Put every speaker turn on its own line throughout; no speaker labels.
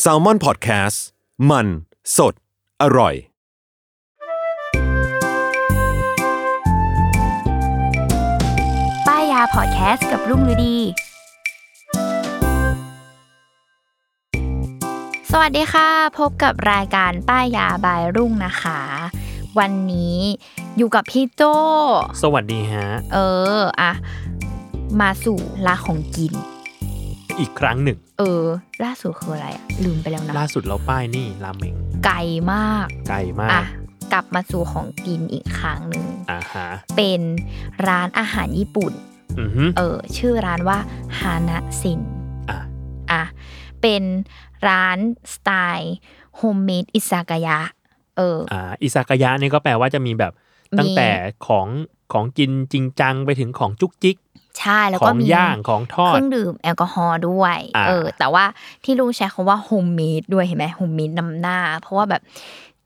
แซลมอนพอดแคสต์มันสดอร่อย
ป้ายยาพอดแคสต์กับรุ่งฤดี สวัสดีค่ะ พบกับรายการป้ายยาบายรุ่งนะคะ วันนี้อยู่กับพี่โจ
สวัสดีฮะ
เอออะมาสู่ลาของกิน
อีกครั้งหนึ่ง
เออ ล่าสุดคืออะไรอะลืมไปแล้วนะ
ล่าสุดเราป้ายนี่ราเมง
ไกลมาก
ไกลมา
อะ
ก
กลับมาสู่ของกินอีกครั้งหนึ่ง
อ่าฮะ
เป็นร้านอาหารญี่ปุ่น
อือฮึ
เออ ชื่อร้านว่าฮานะซิน
อ่ะ
อ่ะเป็นร้านสไตล์โฮมเมดอิซากายะ เออ
อ่าอิซากายะนี่ก็แปลว่าจะมีแบบตั้งแต่ของของกินจริงจังไปถึงของจุกจิก
ใช่แล้ว
ข
ก็
อง
มี
ย่างของทอ
เค
ด
รื่องดื่มแอลกอฮอล์ด้วย
อ่า
เออ แต่ว่าที่ลุงใช้คำว่าโฮมเมดด้วยเห็นไหมโฮมเมดนำหน้า เพราะว่าแบบ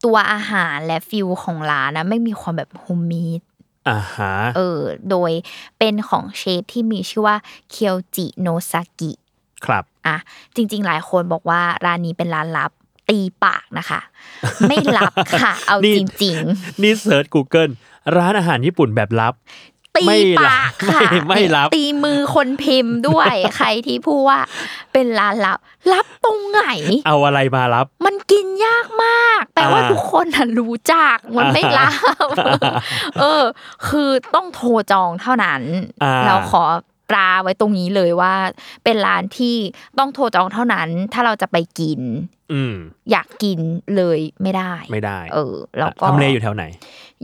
ตัวอาหารและฟิลของร้านนะไม่มีความแบบโฮมเมด
อ่าฮะ
เออ โดยเป็นของเชฟที่มีชื่อว่าเคียวจิโนซากิ
ครับ
อ่ะจริง ๆ หลายคนบอกว่าร้านนี้เป็นร้านลับตีปากนะคะ ไม่ลับค่ะ เอา
นี่
จริง
นี่เซิร์ช Google ร้านอาหารญี่ปุ่นแบบลับ
ๆ ตี
ไม่ลั
ปา
บ
กค่ะ
ไม่ไม่ลับ
ตีมือคนพิมพ์ด้วย ใครที่พูดว่าเป็นร้านลับลับตรงไหน
เอาอะไรมารับ
มันกินยากมาก แปลว่า
อ่า
ทุกคนน่ะรู้จักมันไม่ลั บเออ คือต้องโทรจองเท่านั้น
อ่า
เราขอตราไว้ตรงนี้เลยว่า เป็นร้านที่ต้องโทรจองเท่านั้น ถ้าเราจะไปกิน
อืม
อยากกินเลยไม่ได้
ไม่ได้
เออ แล้วก็
ทำเลอยู่แถวไหน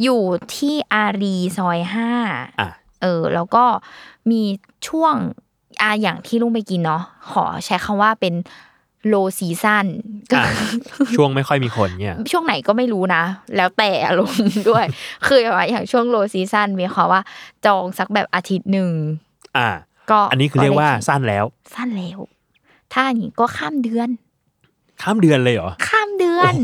อยู่ที่อารีซอยห้า
อ่ะ
เออ แล้วก็มีช่วงอาอย่างที่ลุงไปกินเนาะขอใช้คำว่าเป็นโลซีซั่นก็
อ่ะ ช่วงไม่ค่อยมีคนเนี่ย
ช่วงไหนก็ไม่รู้นะ แล้วแต่อารมณ์ด้วย คือแบบว่าอย่างช่วงโลซีซั่นมีความว่าจองสักแบบอาทิตย์หนึ่ง
อ่ะ
ก็
อันนี้คือเรียกว่า
ได้กิน
สั้นแล้ว
สั้นแล้ว ถ้าอย่างนี้ก็ข้ามเดือน
ข้ามเดือนเลยเหรอ
ข้ามเดือน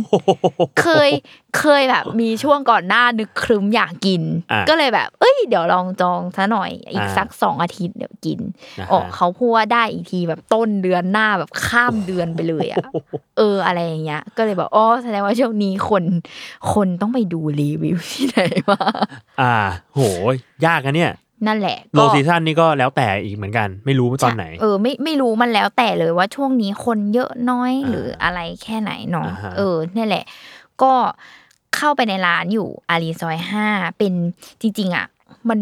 เคยเคยแบบมีช่วงก่อนหน้านึกครึ้มอยากกิน
อ่ะ
ก็เลยแบบ เอ้ยเดี๋ยวลองจองซะหน่อย อีก
อ่า
สักสองอาทิตย์เดี๋ยวกิน
นะฮะ
อ๋อเขาพูดว่าได้อีกทีแบบต้นเดือนหน้าแบบข้ามเดือนไปเลยอะเอออะไรอย่างเงี้ย ก็เลยแบบอ๋อแสดงว่าช่วงนี้คนคนต้องไปดูรีวิวที่ไหนมา
อ่า โหยากนะเนี่ย
นั่นแหละ
โล
ก็
ซีซั่นนี่ก็แล้วแต่อีกเหมือนกัน ไม่รู้ว่าตอนไหน
เออไม่ไม่รู้มันแล้วแต่เลยว่าช่วงนี้คนเยอะน้อย
อ่า
หรืออะไรแค่ไหนเนาะ
อ่าฮะ
เออนี่นแหละ ก็เข้าไปในร้านอยู่อารีซอยห้าเป็นจริง ๆ อ่ะ มัน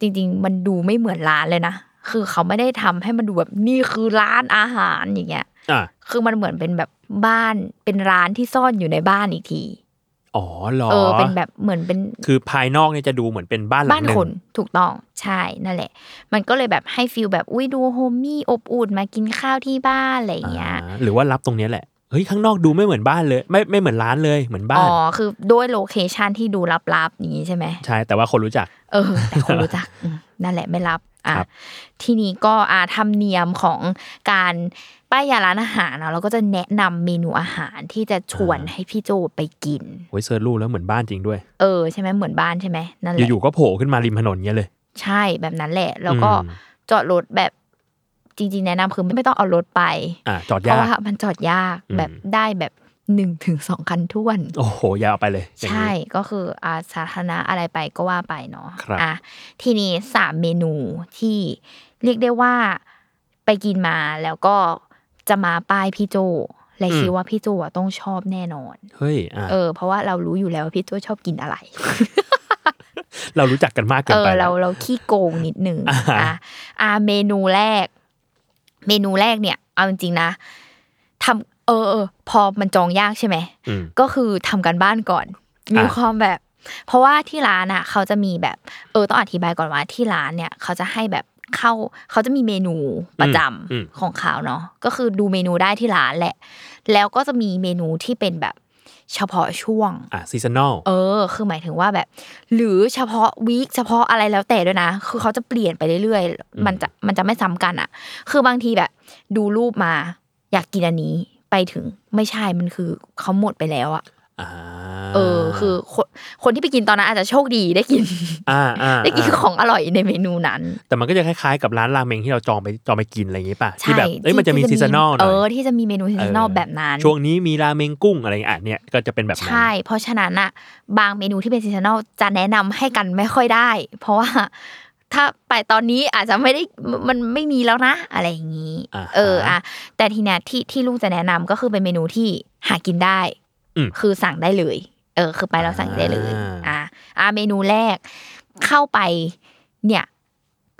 จริง ๆ มันดูไม่เหมือนร้านเลยนะ คือเขาไม่ได้ทำให้มันดูแบบนี่คือร้านอาหารอย่างเงี้ย
อ่ะ
คือมันเหมือนเป็นแบบบ้านเป็นร้านที่ซ่อนอยู่ในบ้านอีกที
อ๋อเหรอ
เออเป็นแบบเหมือนเป็น
คือภายนอกเนี่ยจะดูเหมือนเป็นบ้านหลั
บ้าง น
หนึ่
คน
ง
ถูกต้องใช่นั่นแหละ มันก็เลยแบบให้ฟิลแบบอุ้ยดูโฮมมี่อบอุ่นมากินข้าวที่บ้านอะไรอย่างเงี้ย
อ่าหรือว่ารับตรงเนี้ยแหละ เฮ้ย ข้างนอกดูไม่เหมือนบ้านเลย ไม่ไม่เหมือนร้านเลยเหมือนบ้า
อ๋
น
อคือด้วยโลเคชันที่ดูลับๆอย่างนี้ใช่ไหม
ใช่ แต่ว่าคนรู้จัก
เออ แต่คนรู้จัก อืมนั่นแหละไม่รับอ่ะ
ครับ
ทีนี้ก็อาธรรมเนียมของการป้ายยาร้านอาหารเนาะเราก็จะแนะนำเมนูอาหารที่จะชวนให้พี่โจไปกิน
โอ้ยเซิร์ชรูปแล้วเหมือนบ้านจริงด้วย
เออใช่ไหมเหมือนบ้านใช่ไหมนั่นแหละ
อยู่ๆก็โผล่ขึ้นมาริมถนนเงี้ยเลย
ใช่แบบนั้นแหละ แล้วก็
อืม
จอดรถแบบจริง ๆ แนะนำคือไม่ต้องเอารถไป
อ่ะจอด
เพราะ
ยาก
ว่ามันจอดยาก
อืม
แบบได้แบบหนึ่งถึงสองคันท่วน
โอ้โหยาวไปเลยอย่าง
ใช่
นี้
ก็คืออาสาธารณะอะไรไปก็ว่าไปเนาะ
ครับ
อ่ะทีนี้สามเมนูที่เรียกได้ว่าไปกินมาแล้วก็ จะมาป้ายพี่โจและ
อืม
คิดว่าพี่โจอะต้องชอบแน่นอน
เฮ้ยอ่ะ
เออ เพราะว่าเรารู้อยู่แล้วว่าพี่โจชอบกินอะไร
เรารู้จักกันมากเกิ
เอน อ
ไป
เราเราขี้โกงนิดนึง
อ่าฮะ
อ่ะอ่าเมนูแรก เมนูแรกเนี่ยเอาจริงๆนะทำเออเออ พอมันจองยากใช่ไหม
อืม
ก็คือทำกันบ้านก่อน มี
อ่ะ
ความแบบ เพราะว่าที่ร้านอ่ะ เขาจะมีแบบ เออต้องอธิบายก่อนว่าที่ร้านเนี่ย เขาจะให้แบบเข้า เขาจะมีเมนูประจำ
อืม
ของเขาเนาะก็คือดูเมนูได้ที่ร้านแหละ แล้วก็จะมีเมนูที่เป็นแบบเฉพาะช่วง
อ่ะซีซันอล
เออ คือหมายถึงว่าแบบ หรือเฉพาะวีคเฉพาะอะไรแล้วแต่ด้วยนะ คือเขาจะเปลี่ยนไปเรื่อย
อืม
ๆ มันจะมันจะไม่ซ้ำกันอ่ะ คือบางทีแบบ ดูรูปมาอยากกินอันนี้ไปถึงไม่ใช่มันคือเขาหมดไปแล้วอ่ะ
อ่า
เออ คือคนคนที่ไปกินตอนนั้นอาจจะโชคดี ได้กิน
อ่าอ่า
ได้กิน
อ่า
ของอร่อยในเมนูนั้น
แต่มันก็จะคล้ายๆกับร้านราเมงที่เราจองไปจองไปกินอะไรอย่างงี้ป่ะที่
ใช่
แบบเอ้ยมันจะมี
ที่
ซีซันอลห
เอ
น่อย
อ ที่จะมีเมนูซีซันอล
เออ
แบบนั้น
ช่วงนี้มีราเมงกุ้งอะไรอย่างเงี้ยอ่ะเนี่ยก็จะเป็นแบบนั้น
ใช่ เพราะฉะนั้นอะบางเมนูที่เป็นซีซันอลจะแนะนำให้กันไม่ค่อยได้ เพราะว่า ถ้าไปตอนนี้อาจจะไม่ได้มันมันไม่มีแล้วนะ อะไรอย่างนี้
า
เออ
ฮะ
อะแต่ทีเนี้ยที่ที่ลูกจะแนะนำก็คือเป็นเมนูที่หากินได้
อืม
คือสั่งได้เลย เออ คือไปแล้วสั่งได้เลย
อ่า
อ่ะอ่ะเมนูแรกเข้าไปเนี่ย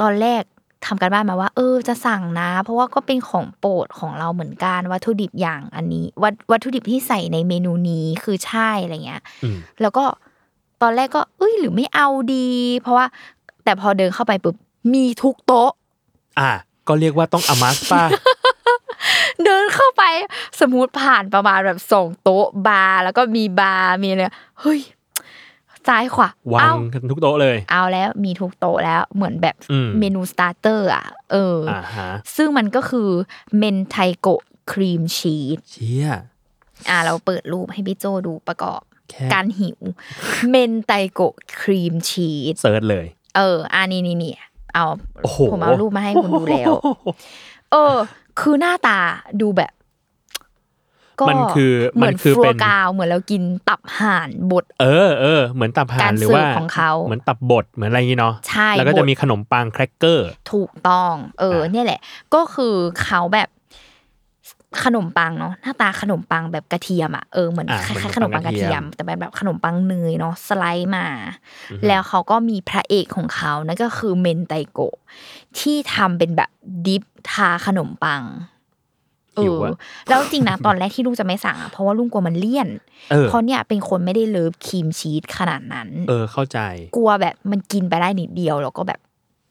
ตอนแรกทำการบ้านมาว่า เออจะสั่งนะ เพราะว่าก็เป็นของโปรดของเราเหมือนกันวัตถุดิบอย่างอันนี้วัตวัตถุดิบที่ใส่ในเมนูนี้คือใช่อะไรเงี้ย
อืม
แล้วก็ตอนแรกก็เอ้ยหรือไม่เอาดี เพราะว่าแต่พอเดินเข้าไปปุ๊บมีทุกโต๊ะ
อ่ะก็เรียกว่าต้องอมัส ป้า
เดินเข้าไปสมมติผ่านประมาณแบบสองโต๊ะบาร์แล้วก็มีบาร์มีอะไรเฮ้ยซ้ายขวาว
า
เอา
งทุกโต๊ะเลย
เอาแล้วมีทุกโต๊ะแล้วเหมือนแบบ
อืม
เมนูสตาร์เตอร์อ่ะเอออ
อ่าฮะ
ซึ่งมันก็คือเมนไทโกะครีมชีส
เชี่ย
อ่ะเราเปิดรูปให้พี่โจดูประกอบ
แค่
การหิว เมนไทโกะครีมชีส
เซิร์ชเลย
เอออันนี้นี่นี่เอา
โอ้โห
ผมเอารูปมาให้คุณดูแล้ว เออ คือหน้าตาดูแบบ
มันคือ
เหมือน
มันคือ
ฟลั
เป็
วน กาวเหมือนเรากินตับห่านบด
เออเออเหมือนตับห่า
การ
นหรือ
เสิร์ฟ
ว่า
ของเขา
เหมือนตับบดเหมือนอะไรอย่างงี้เนาะ
ใช่
แล้วก็จะ
บด
มีขนมปังแครกเกอร์
ถูกต้อง เออ
อ่า
เนี่ยแหละ ก็คือเขาแบบขนมปังเนาะหน้าตาขนมปังแบบกระเทียมอ่ะเออเหมือน
อ่ะ
คล้ายๆขนมปังกระเทียม แต่เป็นแบบขนมปังเนยเนาะสไลด์มา
อือฮึ
แล้วเขาก็มีพระเอกของเขานั่นก็คือเมนไตโกะที่ทำเป็นแบบดิฟทาขนมปังเอ
หิว
อ
อะ
แล้วจริงนะ ตอนแรกที่ลูกจะไม่สั่งอ่ะเพราะว่าลุงกลัวมันเลี่ยน
เออ
เพราะเนี่ยเป็นคนไม่ได้เลิฟครีมชีสขนาดนั้น
เออเข้าใจ
กลัวแบบมันกินไปได้นิดเดียวแล้วก็แบบ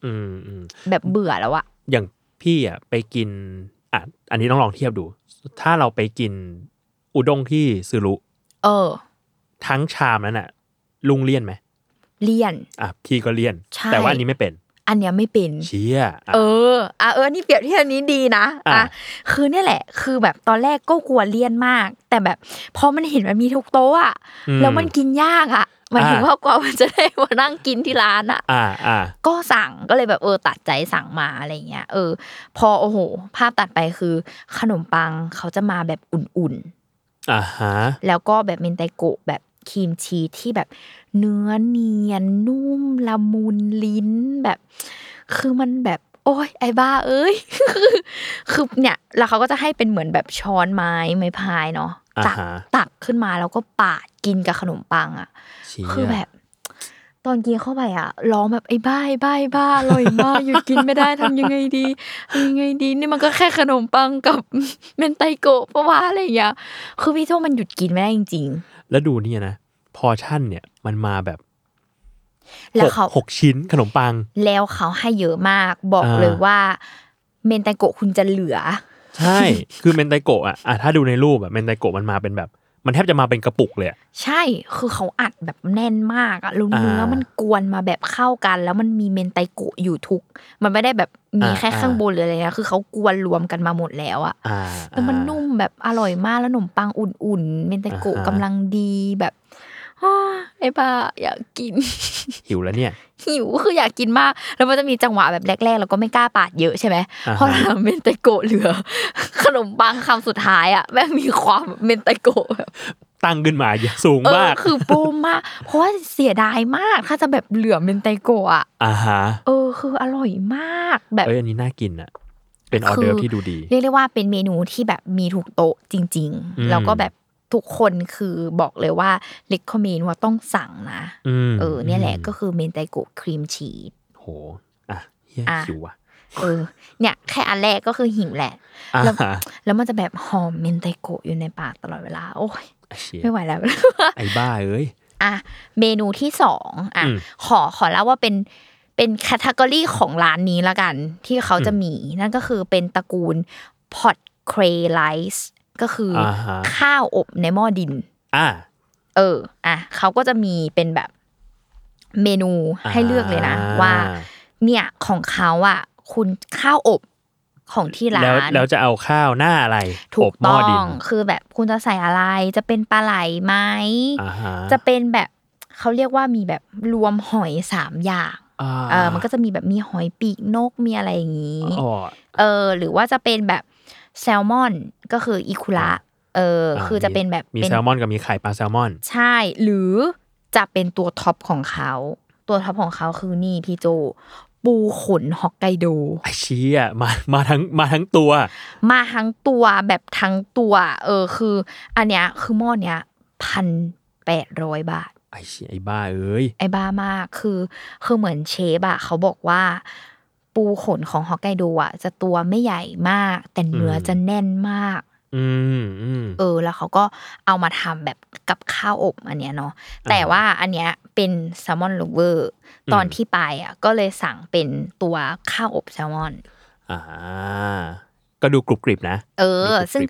อืมอืม
แบบเบื่อแล้วอะ
อย่างพี่อ่ะไปกินอ่ะอันนี้ต้องลองเทียบดู ถ้าเราไปกินอุด้งที่ซูรุ
เออ
ทั้งชามนั้นน่ะ ลุงเลี่ยนไหม
เลี่ยน
อ่ะพี่ก็เลี่ยน
ใช่
แต่ว่าอันนี้ไม่เป็น
อันเนี้ยไม่เป็น
เชี่ยอ่ะ
เออ อ่ะเออ นี่เปรียบเทียบอันนี้ดีนะ
อ่ะ
อ่ะ คือเนี่ยแหละ คือแบบตอนแรกก็กลัวเลี่ยนมาก แต่แบบพอมันเห็นมันมีทุกโต๊ะอะ
ม
แล้วมันกินยากอะหมายถึง
อ่ะ
ว่ากว่ามันจะได้มานั่งกินที่ร้านอะ
อ่าอ่า
ก็สั่งก็เลยแบบเออตัดใจสั่งมาอะไรเงี้ย เออ พอโอ้โห ภาพตัดไปคือ ขนมปังเขาจะมาแบบอุ่นๆ
อ่าฮะ
แล้วก็แบบเมนไตโกะแบบครีมชีสที่แบบเนื้อเนียนนุ่มละมุนลิ้นแบบ คือมันแบบ โอ้ยไอ้บ้าเอ้ย คือคือเนี่ยแล้วเขาก็จะให้เป็นเหมือนแบบช้อนไม้ไม้พายเนาะ
อ่า
ตัก
ฮะ
ตักขึ้นมาแล้วก็ปาดกินกับขนมปังอ่ะ
เชี่ย
คือแบบ ตอนกินเข้าไปอ่ะร้องแบบไอ้บ้าไอ้บ้าไอ้บ้าอร่อยมากหยุดกินไม่ได้ทำยังไงดีทำยังไงดีนี่มันก็แค่ขนมปังกับ เมนไตโกะปะวะอะไรอย่างเงี้ยคือพี่โทมันหยุดกินไม่ได้จริง
แล้วดูเนี่ยนะ พอชั่นเนี่ยมันมาแบบ
ๆ แล้ว
หก
เขา
หกชิ้นขนมปัง
แล้วเขาให้เยอะมากบอก
อ่า
เลยว่าเมนไตโกะคุณจะเหลือ
ใช่ คือเมนไตโกะอ่ะอ่ะถ้าดูในรูปอ่ะเมนไตโกะมันมาเป็นแบบ มันแทบจะมาเป็นกระปุกเลยอะ
ใช่คือเขาอัดแบบแน่นมากอะแล้ว
อ่า
เนื้อมันกวนมาแบบเข้ากัน แล้วมันมีเมนไตโกะอยู่ทุก มันไม่ได้แบบมี
อ่า
แค่ข้าง
อ่า
บนหรืออะไรนะคือเขากวนรวมกันมาหมดแล้วอะ
อ่า
แล้วมัน
อ่า
นุ่มแบบอร่อยมากแล้วขนมปังอุ่นๆ เมนเตโกะ
อ่าฮะ
กำลังดีแบบ อ้าไอ้ป้าอยากกิน
หิวแล้วเนี่ย
หิวคืออยากกินมาก แล้วมันจะมีจังหวะแบบแรกๆเราก็ไม่กล้าปาดเยอะใช่ไหม
อ่าฮะ
เพราะเราเมนเตโกะเหลือ ขนมปังคำสุดท้ายอ่ะแม่งมีความเมนเตโกะแบบ
ตั้งขึ้นมาอย่าสูง
เออ
มาก
คือโปรมาก เพราะว่าเสียดายมาก ถ้าจะแบบเหลือเมนเตโกะอ่ะ
อ่าฮะ
เออคืออร่อยมากแบบ
เอ้ยอันนี้น่ากินอ่ะ เป็นออเดอร์ฟ
คือ
ที่ดูดี
เรียกได้ว่าเป็นเมนูที่แบบมีถูกโต๊ะจริง
อืม
ๆ แล้วก็แบบทุกคนคือบอกเลยว่าเล c คอมเมนว่าต้องสั่งนะ
ม
เออเนี่ยแหละ
ม
ก็คือเมนไตโกะครีมชีส
โหอ่ะเฮีย
อ่ะ
หิวว่ะ
เออ เนี่ยแค่อันแรกก็คือหิวแหละ
อ่ะ
แล้ว แล้วมันจะแบบหอมเมนไตโกะอยู่ในปากตลอดเวลา โอ้ย
เชี่ย
ไม่ไหวแล้ว
ไอ้บ้าเอ้ย
อ่ะเมนูที่สองอ่ะ
อืม
ขอขอเล่าว่าเป็นเป็นแคตตากรีของร้านนี้ละกัน ที่เขาจะมี นั่นก็คือเป็นตระกูลพอ t เครไลซ์ก็คืออา
ฮะ
ข้าวอบในหม้อดิน
อ่ะ
เอออ่ะเขาก็จะมีเป็นแบบเมนูให้เลือกเลยนะ
อ่า
ว่า เนี่ยของเขาอ่ะคุณข้าวอบของที่ร้าน
แล้วแล้วจะเอาข้าวหน้าอะไร
ถู
อกบหม้
ต้
อ
อ
ดิน
งคือแบบคุณจะใส่อะไรจะเป็นปลาไหลไหม
อ่าฮะ
จะเป็นแบบเขาเรียกว่ามีแบบรวมหอยสามอย่าง
อ่า
เออมันก็จะมีแบบมีหอยปีกนกมีอะไรอย่างนี้
อ๋อ
เออ หรือว่าจะเป็นแบบแซลมอนก็คืออีคุระเออ
อ่า
คือจะเป็นแบบ
มี
เป็
แซลมอนกับมีไข่ปลาแซลมอน
ใช่ หรือจะเป็นตัวท็อปของเขา ตัวท็อปของเขาคือนี่พี่โจ ปูขนฮอกไกโด
ไอเชี้อ่ะมามาทั้งมาทั้งตัว
มาทั้งตัวแบบทั้งตัว เออคือ อันเนี้ยคือหม้อเนี้ยพันแปดร้อยบาท
ไอเชี้ยไอบ้าเอ้ย
ไอ้บ้ามากคือคือเหมือนเชฟอะเขาบอกว่า ปูขนของฮอกไกโดอะจะตัวไม่ใหญ่มาก แต่เนื้อจะแน่นมาก
อืมอืม
เออ แล้วเขาก็เอามาทำแบบกับข้าวอบอันเนี้ยเนาะแต่ว่าอันเนี้ยเป็นแซลมอนลูเวอร์ตอน
อืม
ที่ไปอะก็เลยสั่งเป็นตัวข้าวอบแซลมอน
อ่า ก็ดูกรุบกริบนะ
เออ
มีกรุบกริบ
ซึ่ง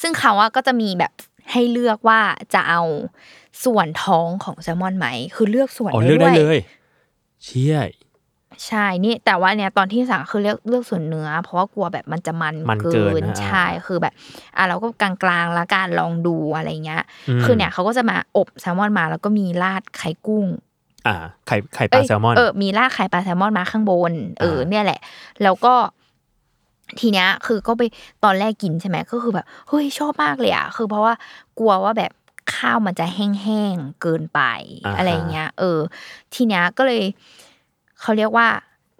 ซึ่งเขาอะก็จะมีแบบให้เลือกว่าจะเอาส่วนท้องของแซลมอนไหม คือเลือกส่วน
อ๋อ
ได้
เลือกได้
ด้
เล
วย
ย เชี่ย
ใช่นี่แต่ว่าเนี่ยตอนที่สั่งคือเลือกเลือกส่วนเนื้อ เพราะว่ากลัวแบบมันจะมัน
มันเกินนะ
ใช่คือแบบอ่ะเราก็กลางๆละกันลองดูอะไรเงี้ย
ม
คือเนี่ยเขาก็จะมาอบแซลมอนมาแล้วก็มีราดไข่กุ้ง
อ่า ไข่ไข่ปลา
เย
แซลมอน
เออมีราดไข่ปลาแซลมอนมาข้างบน เออ
อ่า
เนี่ยแหละ แล้วก็ทีเนี้ยคือก็ไปตอนแรกกินใช่ไหมก็คือแบบเฮ้ยชอบมากเลยอ่ะคือเพราะว่ากลัวว่าแบบข้าวมันจะแห้งๆเกินไป
อ่าฮะ
อะไรเงี้ย เออ ทีเนี้ยก็เลยเขาเรียกว่า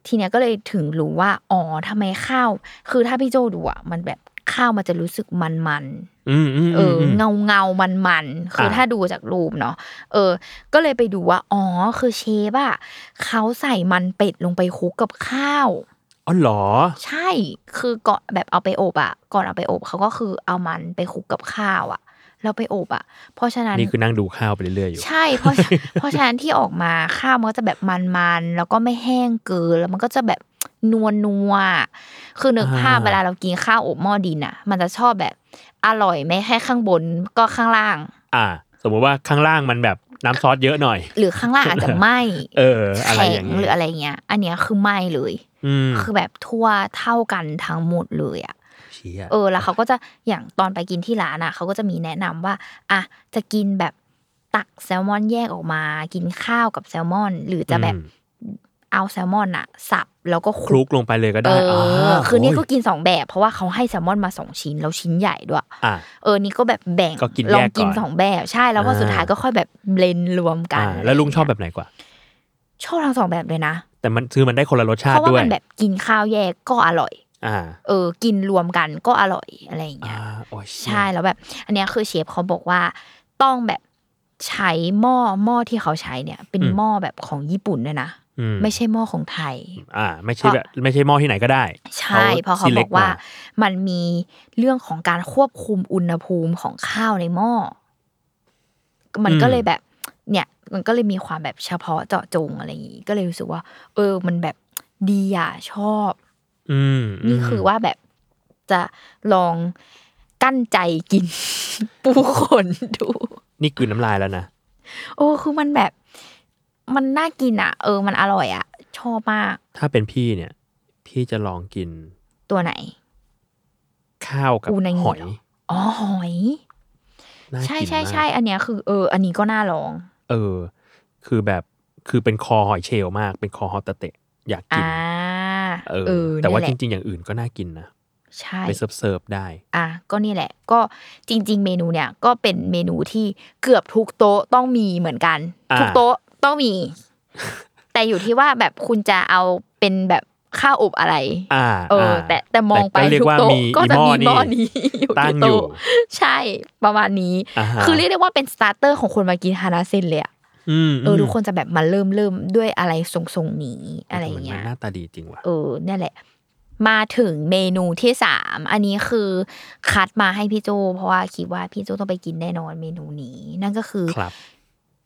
ทีเนี้ยก็เลยถึงรู้ว่า อ๋อทำไมข้าว คือถ้าพี่โจดูอ่ะ มันแบบข้าวมันจะรู้สึกมันมัน
อืมอืม
ๆเอออ
ม
เงาเงามันมันๆคืออา ถ้าดูจากรูปเนาะ เออ ก็เลยไปดูว่า อ๋อ คือเชฟอ่ะเขาใส่มันเป็ดลงไปคลุกกับข้าว
อ๋อเหรอ
ใช่ คือก่อนแบบเอาไปอบอ่ะ ก่อนเอาไปอบเขาก็คือเอามันไปคลุกกับข้าวอ่ะ แล้วไปอบอ่ะ เพราะฉะนั้น
นี่คือนั่งดูข้าวไปเรื่อยๆอยู่
ใช่เพราะ เพราะฉะนั้นที่ออกมาข้าวมันก็จะแบบมันๆแล้วก็ไม่แห้งเกินแล้วมันก็จะแบบนวลนัวๆคือนึกภาพ
อ่า
เวลาเรากินข้าวอบหม้อดินอ่ะ มันจะชอบแบบอร่อยไม่แค่ข้างบนก็ข้างล่าง
อ่า สมมุติว่าข้างล่างมันแบบน้ำซอสเยอะหน่อย
หรือข้างล่างอาจจะไหม
เออ อะไร
แข็
อง ย่าง
หรื
เงี้
อย อะไรเงี้ย อันเนี้ยคือไหมเลย
อืม
คือแบบทั่วเท่ากันทั้งหมดเลยอ่ะ
เชี่ย
เออแล้วเขาก็จะอย่างตอนไปกินที่ร้านอ่ะเขาก็จะมีแนะนำว่าอ่ะจะกินแบบตักแซลมอนแยกออกมา กินข้าวกับแซลมอน หรือจะแบบ
อืม
เอาแซลมอนอ่ะ สับแล้วก็
คลุกลงไปเลยก็
เอ
ได้
อ
า
คือเนี่ยก็
โย
กินสองแบบ เพราะว่าเขาให้แซลมอนมาสองชิ้นแล้วชิ้นใหญ่ด้วย
อ่า
เออนี่ก็แบบแบ่ง
ก็กิน
ล
แยกก่
อ
อน
งกินสองแบบใช่แล้วพออา สุดท้ายก็ค่อยแบบเบลนรวมกัน
อ่า แล้วลุงชอบแบบไหนกว่า
ชอบทั้งสองแบบเลยนะ
แต่มันคือมันได้คนละรสชา
เพ
ติ
ราะว่า
ด้วย
มันแบบกินข้าวแยกก็อร่อย
อ่า
เออ กินรวมกันก็อร่อยอะไรอย่างเงี้
อ่าย โอ้ยเชี่ย
ใช่แล้วแบบ อันเนี้ยคือเชฟเขาบอกว่าต้องแบบใช้หม้อหม้อที่เขาใช้เนี่ย เป็นหม้อแบบของญี่ปุ่นด้วยนะ
อืม
ไม่ใช่หม้อของไทย
อ่า ไม่ใช่แบบไม่ใช่หม้อที่ไหนก็ได้
ใช่เพราะเขาบอ
select
กว่า
มา
มันมีเรื่องของการควบคุมอุณหภูมิของข้าวในหม้อมันก็เลยแบบ เนี่ย มันก็เลยมีความแบบเฉพาะเจาะจงอะไรอย่างงี้ก็เลยรู้สึกว่า เออ มันแบบดีอ่ะชอบ
อืมม
นี่คือว่าแบบจะลองกั้นใจกิน ปูขนดู
นี่กลืนน้ำลายแล้วนะ
โอ้คือมันแบบ มันน่ากินอ่ะ เออ มันอร่อยอ่ะ ชอบมาก
ถ้าเป็นพี่เนี่ย พี่จะลองกิน
ตัวไหน
ข้าวกับ
อูนางิ
หอย
เหรอ อ๋อหอย
น่า
ใช่
กิน
ใช่ใช่
มาก
อันเนี้ยคือเออ อันนี้ก็น่าลอง
เออ คือแบบคือเป็นคอหอยเชลล์มาก เป็นคอฮอตเตะเตะอยากกิน
อ่า
เออ
เออ
แต่ว่า
นั่นห
จ
ละ
ริง ๆ อย่างอื่นก็น่ากินนะ
ใช่
ไปเซิร์ฟเซิร์ฟๆได้
อ่ะก็นี่แหละ ก็จริง ๆ เมนูเนี่ย ก็เป็นเมนูที่เกือบทุกโต๊ะต้องมีเหมือนกัน
อ่า
ทุกโต๊ะต้องมี แต่อยู่ที่ว่าแบบคุณจะเอาเป็นแบบ ข้าวอบอะไร
อ่า
เออ
า
แต่แต่มองไป
ก็เรีย
ทุ
ก
ก
ว่า
โต๊ะ
มี
ก็จะมี
อี
หม้อนี้ อยู่
ตั้
ที่
งอยู่
โต๊ะใช่ประมาณนี้
อ่าฮะ
คือเรียกได้ว่าเป็นสตาร์เตอร์ของคนมากินฮานาเซนเลยอะ
ม
เอออทุกคนจะแบบมาเริ่มเริ่มด้วยอะไรทรงๆนี้อะไรอย่างเงี้
มั
ย
นหน้าตาดีจริงว่ะ
เออเนี่ยแหละ มาถึงเมนูที่สามอันนี้คือคัดมาให้พี่โจเพราะว่าคิดว่าพี่โจต้องไปกินแน่นอนเมนูนี้ นั่นก็คือ
ครับ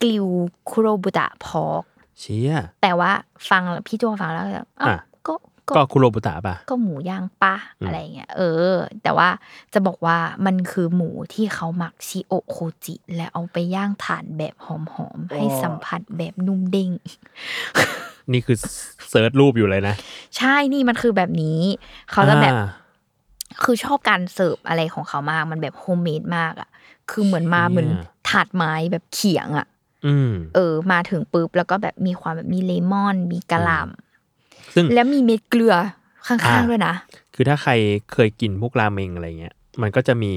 กลิวคุโรบุตะพอก
เชีย
แต่ว่าฟังแล้วพี่โจฟังแล้วแบบอ้าว
อ่ะ
ก็
ก็
ก็
คุโรบุตะป่ะ
ก็หมูย่างปะ
อืม
อะไรเงี้ยเออ แต่ว่าจะบอกว่ามันคือหมูที่เขาหมักชิโอโคจิ และเอาไปย่างถ่านแบบหอมๆให้สัมผัสแบบนุ่มเด้ง
นี่คือเซิร์ชรูปอยู่เลยนะ
ใช่นี่มันคือแบบนี้ เขาจะแบบ
อ่
คือชอบการเสิร์ฟอะไรของเขามาก มันแบบโฮมเมดมากอ่ะ คือเหมือนมาเหมือนถาดไม้แบบเขียงอ่ะ
อืม
เออ มาถึงปุ๊บแล้วก็แบบมีความแบบมีเลมอน มีกะหล่
ซึ่ง
ำแล้วมีเม็ดเกลือข้างๆ
อ่า
ด้วยนะ
คือถ้าใครเคยกินพวกราเมงอะไรเงี้ย มันก็จะมี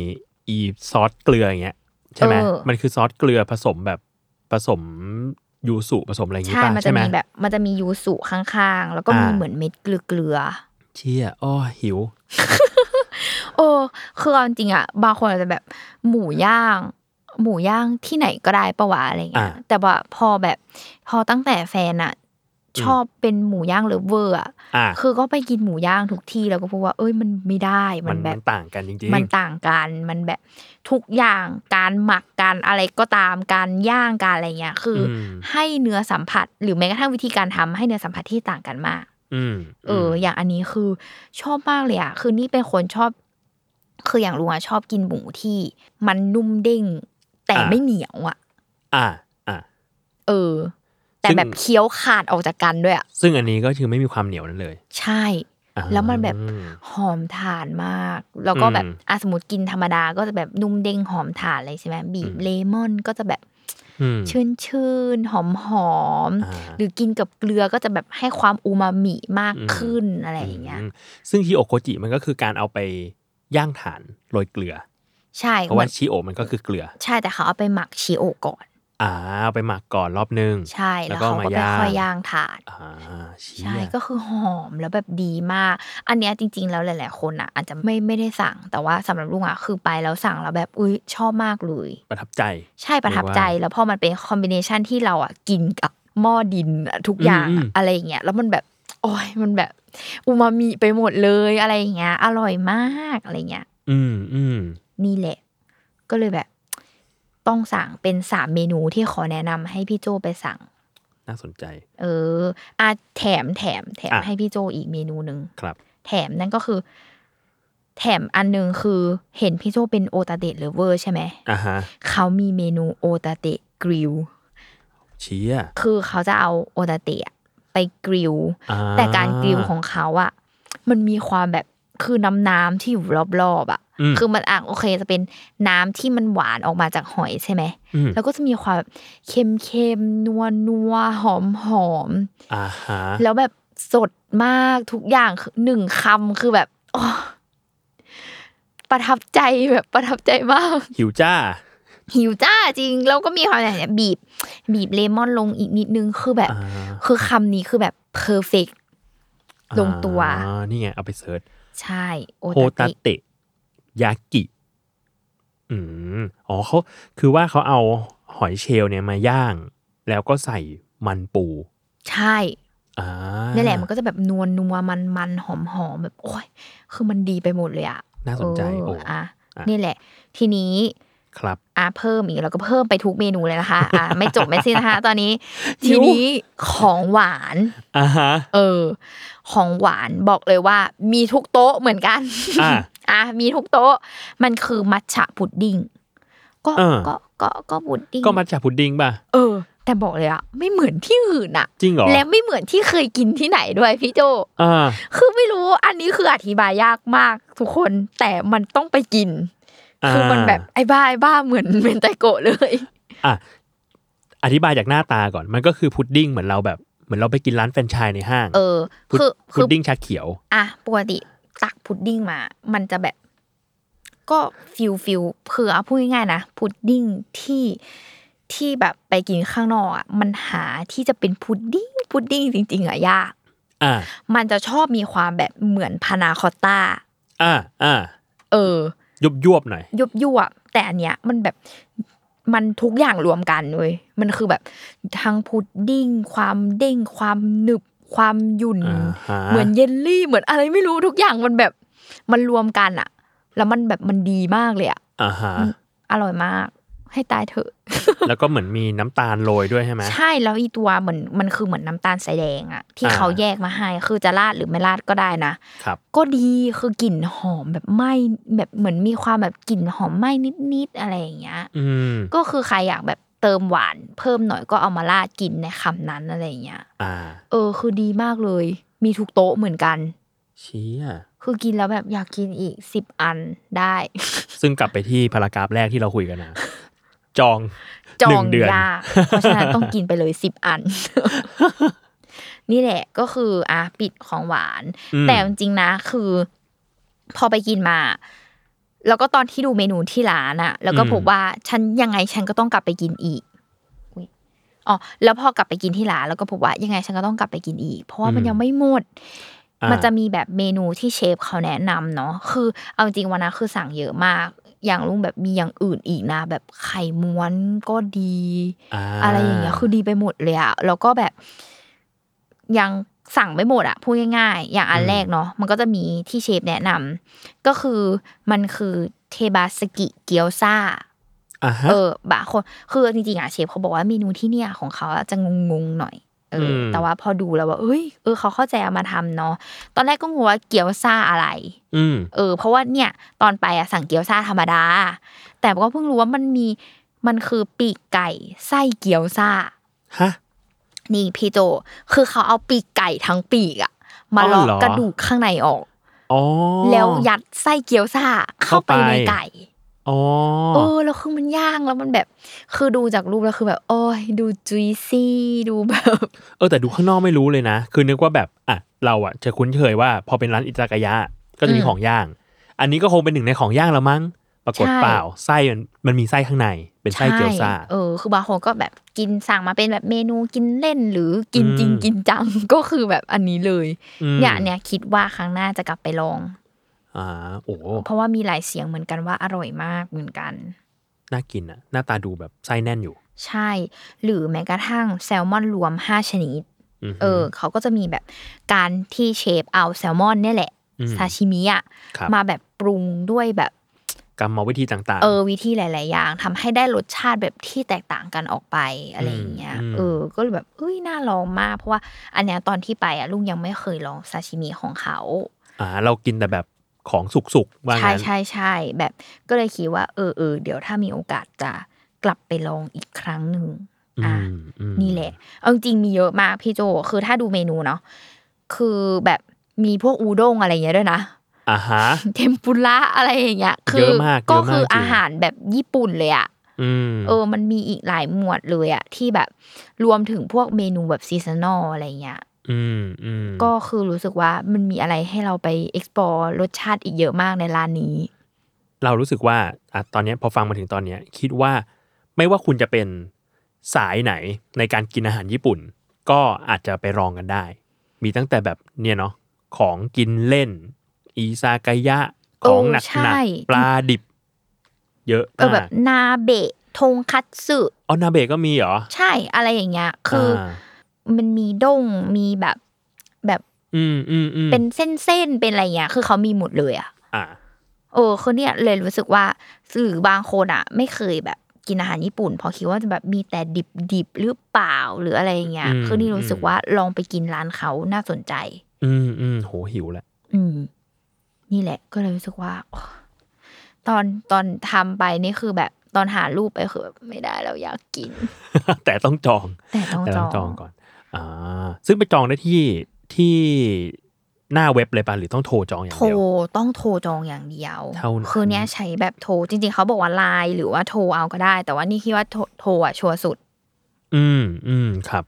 อีซอสเกลืออย่างเงี้ยใช่ไหม
เออ
มันคือซอสเกลือผสมแบบผสมยูสุผสมอะไรอย่างงี้
ใช่
ป่ะ
มันจะ
ใช่ไหม
มีแบบ มันจะมียูสุข้างๆ แล้วก็มี
อ่า
เหมือนเม็ดเกลือๆ
เชี่ยอ้อหิว
เออคือเอาจริงๆอะบางคนอาจจะแบบหมูย่าง หมูย่างที่ไหนก็ได้ปะวะอะไรเงี้ย
อ่า
แต่ว่าพอแบบ พอตั้งแต่แฟนอะชอบเป็นหมูย่างเลิฟเวอร์อะ
อ่า
คือก็ไปกินหมูย่างทุกที่แล้วก็พูดว่า เอ้ยมันไม่ได้มั
มัน น
แบ
มั
บ
นต่างกันจริง
มันต่างกันมันแบบทุกอย่างการหมักการอะไรก็ตามการย่างการอะไรเงี้ยคืออ
ม
ให้เนื้อสัมผัส หรือแม้กระทั่งวิธีการทำให้เนื้อสัมผัสที่ต่างกันมาก
ๆอืม
เออออย่างอันนี้คือชอบมากเลยอะคือนี่เป็นคนชอบ คืออย่างลุงอะชอบกินหมูที่มันนุ่มเด้ง แต่ไม่เหนียวอะ
อ่าอ่า
เออ แต่
ซึ่ง
แบบเคี้ยวขาดออกจากกันด้วยอะ
ซึ่งอันนี้ก็คือไม่มีความเหนียวนั้นเลย
ใช่
อ่า
แล้วมันแบบ หอมถ่านมาก แล้วก็แบบ
อืม
อะสมมติกินธรรมดาก็จะแบบนุ่มเด้งหอมถ่านอะไรใช่ไหมบีบ
อืม
เลมอนก็จะแบบ
อืม
ชื่นชื่นๆหอมหอมๆ
อ่า
หรือกินกับเกลือก็จะแบบให้ความอูมามิมาก
อืม
ขึ้นอะไรอย่างเงี้ย
มซึ่งชิโอโคจิมันก็คือการเอาไปย่างถ่านโรยเกลือ
ใช่
เพราะ
เหมื
ว่า
อน
ชิโอมันก็คือเกลือ
ใช่แต่เขาเอาไปหมักชิโอะก่อน
อ่าเอาไปหมักก่อนรอบนึง
ใช่แล้ว
แล้ว
เขา
ก็
ก็
มา
ไป
ย่าง
ค่อยย่างถาด
อ่าเชี่ย
ใช่ก็คือหอมแล้วแบบดีมาก อันเนี้ยจริง ๆ แล้วหลาย ๆ คนอ่ะ อาจจะไม่ไม่ได้สั่ง แต่ว่าสำหรับลุงอ่ะคือไปแล้วสั่งแล้วแบบอุ้ยชอบมากเลย
ประทับใจ
ใช่ประทับใจ
หรือว่า
แล้วพอมันเป็นคอมบิเนชันที่เราอ่ะกินกับหม้อดินอะทุกอย่าง
อืม
อะ
อืม
อะไรอย่างเงี้ยแล้วมันแบบ โอ้ยมันแบบอูมามิไปหมดเลยอะไรอย่างเงี้ยอร่อยมากอะไรเงี้ย
อืมอืม
นี่แหละ ก็เลยแบบ ต้องสั่งเป็นสามเมนูที่ขอแนะนำให้พี่โจไปสั่ง
น่าสนใจ
เอออาแถมแถมแถม
อ่ะ
ให้พี่โจอีกเมนูหนึ่ง
ครับ
แถมนั่นก็คือ แถมอันหนึ่งคือเห็นพี่โจเป็นโอตาเตะเลฟเวอร์ใช่ไหม
อ่าฮะ
เขามีเมนูโอตาเตะกริล
เชี่ย
คือเขาจะเอาโอตาเตะอะไปกริล
อ่
แต่การกริลของเขาอะมันมีความแบบคือน้ำน้ำๆที่อยู่รอบๆอะ
ม
คือมันอ่ะโอเคจะเป็นน้ำที่มันหวานออกมาจากหอยใช่ไหม
ม
แล้วก็จะมีความแบบเค็มเค็มๆนัวนัวๆหอมหอมๆ
อ่าฮะ
แล้วแบบสดมากทุกอย่างคือหนึ่งคำคือแบบอ๋อประทับใจแบบประทับใจมาก
หิวจ้า
หิวจ้าจริง แล้วก็มีความแบบเนี่ยบีบ บีบเลมอนลงอีกนิดนึงคือแบบ
อ่า
คือคำนี้คือแบบเพอร์เฟกลงตัว
อ่านี่ไง เอาไปเสิร์ช
ใช่โอ
โฮตา
ตาเตะ
เตะยากิ อืมอ๋อเขาคือว่าเขาเอาหอยเชลล์เนี่ยมาย่าง แล้วก็ใส่มันปู
ใช่
อ่า
นี่แหละมันก็จะแบบนวลนัวมันมันหอมหอมๆแบบโอ้ยคือมันดีไปหมดเลยอ่ะ
น่าสนใจ
เอ
โอ้
ออ่ะ
อ่ะ
นี่แหละ ทีนี้
ครับ
อ่ะเพิ่มอีกแล้วก็เพิ่มไปทุกเมนูเลยนะคะ อ่ะไม่จบไม่สิ้นนะคะ ตอนนี้ ทีนี้ของหวาน
อ่าฮะ
เออ ของหวานบอกเลยว่า มีทุกโต๊ะเหมือนกัน
อ่ะ
อ่ะมีทุกโต๊ะ มันคือมัทฉะพุดดิ้งก็
เออ
ก็ก็ก็พุดดิ้ง
ก็มาจากพุดดิ้งป่ะ
เออ แต่บอกเลยอะไม่เหมือนที่อื่นอะ
จริงเหรอ
และไม่เหมือนที่เคยกินที่ไหนด้วยพี่โจ
อ่า
คือไม่รู้อันนี้คืออธิบายยากมาก ทุกคนแต่มันต้องไปกิน คือมันแบบไอ้บ้าไอ้บ้าเหมือนเป็นไตโกะเลย
อ่ะอธิบายจากหน้าตาก่อน มันก็คือพุดดิ้งเหมือนเราแบบ เหมือนเราไปกินร้านแฟรนไชส์ในห้าง
เออ
พุด
คือ
พุ
คือ
ดดิ้งชาเขียว
อ่ะปกติตักพุดดิ้งมา มันจะแบบ ก็ฟิลฟิลคือเอาพูดง่ายๆนะพุดดิ้งที่ที่แบบไปกินข้างนอกอ่ะมันหาที่จะเป็นพุดดิ้งพุดดิ้งจริงๆอ่ะยาก
อ่า
มันจะชอบมีความแบบเหมือนพานาคอตต้า
อ่าอ่า
เออ
ยุบยวบๆหน่อย
ยุบยุบอะแต่อันเนี้ยมันแบบมันทุกอย่างรวมกันเว้ยมันคือแบบทั้งพุดดิ้ง ความเด้ง ความหนึบ ความหยุ่น
อ่าฮะ
เหมือนเยลลี่เหมือนอะไรไม่รู้ทุกอย่างมันแบบมันรวมกันอะแล้วมันแบบมันดีมากเลยอะ
อ่าฮะ
อร่อยมาก ให้ตายเถอะ
แล้วก็เหมือนมีน้ำตาลโรยด้วยใช่ไหม
ใช่แล้วอีตัวเหมือนมันคือเหมือนน้ำตาลสายแดงอะที่
อ่า
เขาแยกมาให้คือจะราดหรือไม่ราดก็ได้นะ
ครับ
ก็ดีคือกลิ่นหอมแบบไหม้แบบเหมือนมีความแบบกลิ่นหอมไหม้นิดๆอะไรอย่างเงี้ย
อืม
ก็คือใครอยากแบบเติมหวานเพิ่มหน่อยก็เอามาราดกินในคำนั้นอะไรอย่างเงี้ย
อ่า
เออ คือดีมากเลย มีทุกโต๊ะเหมือนกัน
เชี้
คือกินแล้วแบบอยากกินอีกสิบอันได้
ซึ่งกลับไปที่พารากราฟแรกที่เราคุยกันนะ จอง
จอ
หนึ่
ง
เดือน
ยากเพราะฉะนั้นต้องกินไปเลยสิบอัน นี่แหละก็คืออ่ะปิดของหวาน
อืม
แต่จริงๆนะคือ พอไปกินมา แล้วก็ตอนที่ดูเมนูที่ร้านอะแล้วก็พบว่าฉันยังไงฉันก็ต้องกลับไปกินอีกอุ๊ยอ๋อแล้วพอกลับไปกินที่ร้านแล้วก็พบว่ายังไงฉันก็ต้องกลับไปกินอีก เพราะว่ามันยังไม่หมด
อ่ามั
มันจะมีแบบเมนูที่เชฟเขาแนะนำเนาะคือเอาจริงวันนะคือสั่งเยอะมาก อย่างลุงแบบมีอย่างอื่นอีกนะ แบบไข่ม้วนก็ดี
อ่า
อะไรอย่างเงี้ยคือดีไปหมดเลยอะแล้วก็แบบยังสั่งไม่หมดอะพูดง่ายๆ อย่างอันแรกเนาะมันก็จะมีที่เชฟแนะนำก็คือมันคือเทบาสกิเกียวซา
อ่าฮะ
เออบะคนคือจริงๆอะเชฟเขาบอกว่าเมนูที่เนี่ยของเขาอะจะงงๆหน่อยเอออ
ม
แต่ว่าพอดูแล้วว่าเอ้ยเออเขาเข้าใจเอามาทำเนาะตอนแรกก็งงว่าเกียวซาอะไร
อืม
เออเพราะว่าเนี่ยตอนไปอะสั่งเกี๊ยวซ่าธรรมดา แต่ก็เพิ่งรู้ว่ามันมีมันคือปีกไก่ไส้เกี๊ยวซ่า
ฮะ
นี่พี่โจ คือเขาเอาปีกไก่ทั้งปีกอะมา
อ๋อ
เลาะ
เหรอ
กระดูกข้างในออก
อ๋อ
แล้วยัดไส้เกี๊ยวซ่าเข้าไป
เข้าไป
ในไก่
อ๋อ
เออแล้วคือมันย่างแล้วมันแบบ คือดูจากรูปแล้วคือแบบ โอ้ยดูจุยซี่ดูแบบ
เออแต่ดูข้างนอกไม่รู้เลยนะ คือนึกว่าแบบอ่ะเราอ่ะจะคุ้นเคยว่า พอเป็นร้านอิตากายะก็จะมี
อืม
ของย่าง อันนี้ก็คงเป็นหนึ่งในของย่างแล้วมั้ง ปรากฏ
ใช่
เปล่าไส้มันมันมีไส้ข้ างใน เป็นไส้เกี๊ยวซา
ใช่เออ คือบางคนก็แบบกินสั่งมาเป็นแบบเมนูกินเล่นหรือกินจริง
อืม
กินจัง ก็คือแบบอันนี้เลย
ม
เนี่ยเนี่ยคิดว่าครั้งหน้าจะกลับไปลอง
อ่าโอ้
เพราะว่ามีหลายเสียงเหมือนกันว่าอร่อยมากเหมือนกัน
น่ากินอ่ะ หน้าตาดูแบบไส้แน่นอยู่
ใช่ หรือแม้กระทั่งแซลมอนรวม 5 ชนิด
อือหือ
เออเขาก็จะมีแบบการที่เชฟเอาแซลมอนเนี่ยแหละ
อืม
ซาชิมิอ่ะ
ครับ
มาแบบปรุงด้วยแบบ
กรรมวิธีต่างๆ
เออวิธีหลาย ๆ อย่างทำให้ได้รสชาติแบบที่แตกต่างกันออกไปอะไรอย่างเงี้ย
อืม
เออ ก็เลยแบบเอ้ยน่าลองมาก เพราะว่าอันเนี้ยตอนที่ไปอ่ะลุงยังไม่เคยลองซาชิมิของเขา
อ่า เรากินแต่แบบของสุกๆว่า
ใช่
งั้น
ใช่ใช่แบบก็เลยคิดว่า เออเออเดี๋ยวถ้ามีโอกาสจะกลับไปลองอีกครั้งหนึ่ง
อื
อ่ะ
มอืม
นี่แหละ เอาจริงๆมีเยอะมากพี่โจ คือถ้าดูเมนูเนาะ คือแบบมีพวกอูด้งอะไรอย่างเงี้ยด้วยนะ
อ่าฮะ
เทมปุระอะไรอย่างเงี้ย คื
เยอะมากเยอะมาก
ก็คือ
จริง
อาหารแบบญี่ปุ่นเลยอะ
อืม
เออ มันมีอีกหลายหมวดเลยอะที่แบบรวมถึงพวกเมนูแบบซีซันอลอะไรอย่างเงี้ย
อืมอืม
ก็คือรู้สึกว่ามันมีอะไรให้เราไป explore รสชาติอีกเยอะมากในร้านนี้
เรารู้สึกว่าอ่ะตอนเนี้ยพอฟังมาถึงตอนเนี้ย คิดว่าไม่ว่าคุณจะเป็นสายไหนในการกินอาหารญี่ปุ่น ก็อาจจะไปลองกันได้ มีตั้งแต่แบบเนี่ยเนาะของกินเล่น อีซากายะ ของหนัก
ใช่
หนักปลาดิบ เยอะ
เออแบ
มา
บ
ก
นาเบะทงคัตสึ
อ๋อนาเบะก็มีเหรอ
ใช่อะไรอย่างเงี้ย คืออา มันมีด้งมีแบบแบบ
อืมอืมอืม
เป็นเส้นเส้นๆเป็นอะไรเงี้ย คือเขามีหมดเลยอ่ะ
อ่า
เออคือเนี่ยเลยรู้สึกว่าหรือบางคนอ่ะ ไม่เคยแบบกินอาหารญี่ปุ่นเพอคิดว่าจะแบบมีแต่ดิบดิบๆหรือเปล่าหรืออะไรอย่างเงี้ย
อืม
คือนี่รู้สึกว่าลองไปกินร้านเขาน่าสนใจ
อืมอืมโหหิวแล้ว
อืม นี่แหละ ก็เลยรู้สึกว่าโอ้ตอนตอนทำไปนี่คือแบบตอนหารูปไปคือแบบไม่ได้เราอยากกิน
แต่ต้องจอง
แต่ต้อง
แต่
จ
ต้
อ
อง
ง
จองก่อน อ่า ซึ่งไปจองได้ที่ที่หน้าเว็บเลยป่ะ หรือต้องโทรจองอย่าง
โทร
เดียว
ต้องโทรจองอย่างเดียว
เท่านั้น
คือเนี้ยใช้แบบโทรจริงๆเขาบอกว่าไลน์หรือว่าโทรเอาก็ได้ แต่ว่านี่คิดว่าโทรโทรอ่ะชัวร์สุด
อืม อืม ครับ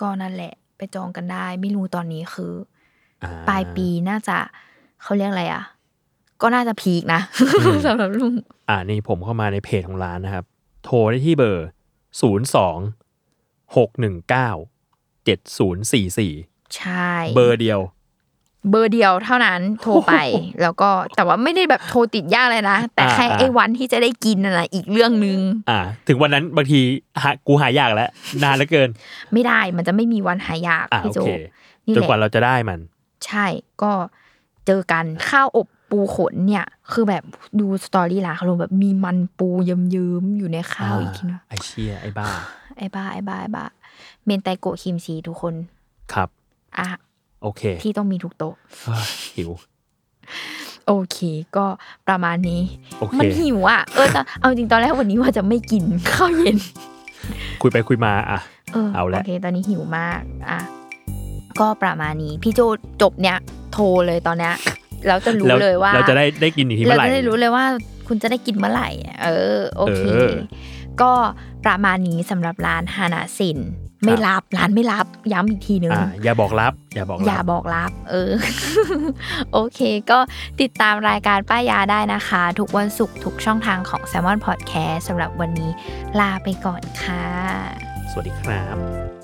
ก็นั่นแหละ ไปจองกันได้ ไม่รู้ตอนนี้คือ
อ่
อปลายปีน่าจะเขาเรียกอะไรอ่ะ ก็น่าจะพีคนะ สำหรับลุง
อ่า นี่ผมเข้ามาในเพจของร้านนะครับ โทรได้ที่เบอร์ศูนย์สองหกหนึ่งเก้าเจ็ดศูนย์สี่สี่
ใช่
เบอร์เดียว
เบอร์เดียวเท่านั้นโทรไป แล้วก็แต่ว่าไม่ได้แบบโทรติดยากเลยนะ แต่แค่
อ่า
ไอ้วันที่จะได้กินน่ะนะอีกเรื่องนึง
อ่า ถึงวันนั้นบางทีหากูหายากแล้ว นานเหลือเกิน
ไม่ได้มันจะไม่มีวันหายาก
อ่า
พี่
โอ
โจ
เค
นี่
จน
แหละ
กว่าเราจะได้มัน
ใช่ก็เจอกันข้าวอบปูขนเนี่ย คือแบบดูสตอรี่หลานเขาลงแบบมีมันปูเยิ้มๆอยู่ในข้าวอีกทีนะ
ไอเชี่ยไอบ้า
ไอ้บ้าไอ้บ้าไอ้บ้าเมนไตโกะคิมซีทุกคน
ครับ
อ่ะ
โอเค
ที่ต้องมีทุกโต๊ะ
เฮ้ยหิว
โอเค ก็ประมาณนี้
โอเค
มันหิวอ่ะ เออแต่เอาจริงตอนแรกวันนี้ว่าจะไม่กิน ข้าวเย็น
คุยไปคุยมาอ่ะ
เออ
เอาละ
โอเค ตอนนี้หิวมาก อ่ะ ก็ประมาณนี้ พี่โจจบเนี่ย โทรเลยตอนเนี้ยแล้วจะรู้
แว
เลยว่า
เราจะได้ได้กินอีกทีเมื่อไหร่
จะได้รู้เลยว่าคุณจะได้กินเมื่อไหร่อ่ะเออ โอเค
เออ
ก็ประมาณนี้สำหรับร้านฮานาสิน ไม่รับร้านไม่รับย้ำอีกทีนึง
อ่า อย่าบอกลับ อย่าบอก
อ
ลั
ย่า
บ
บอกลับ เอ อ โอเค ก็ติดตามรายการป้ายยาได้นะคะ ทุกวันศุกร์ทุกช่องทางของ s ซ ลมอนพอดแคสต์สำหรับวันนี้ลาไปก่อนค่ะ
สวัสดีครับ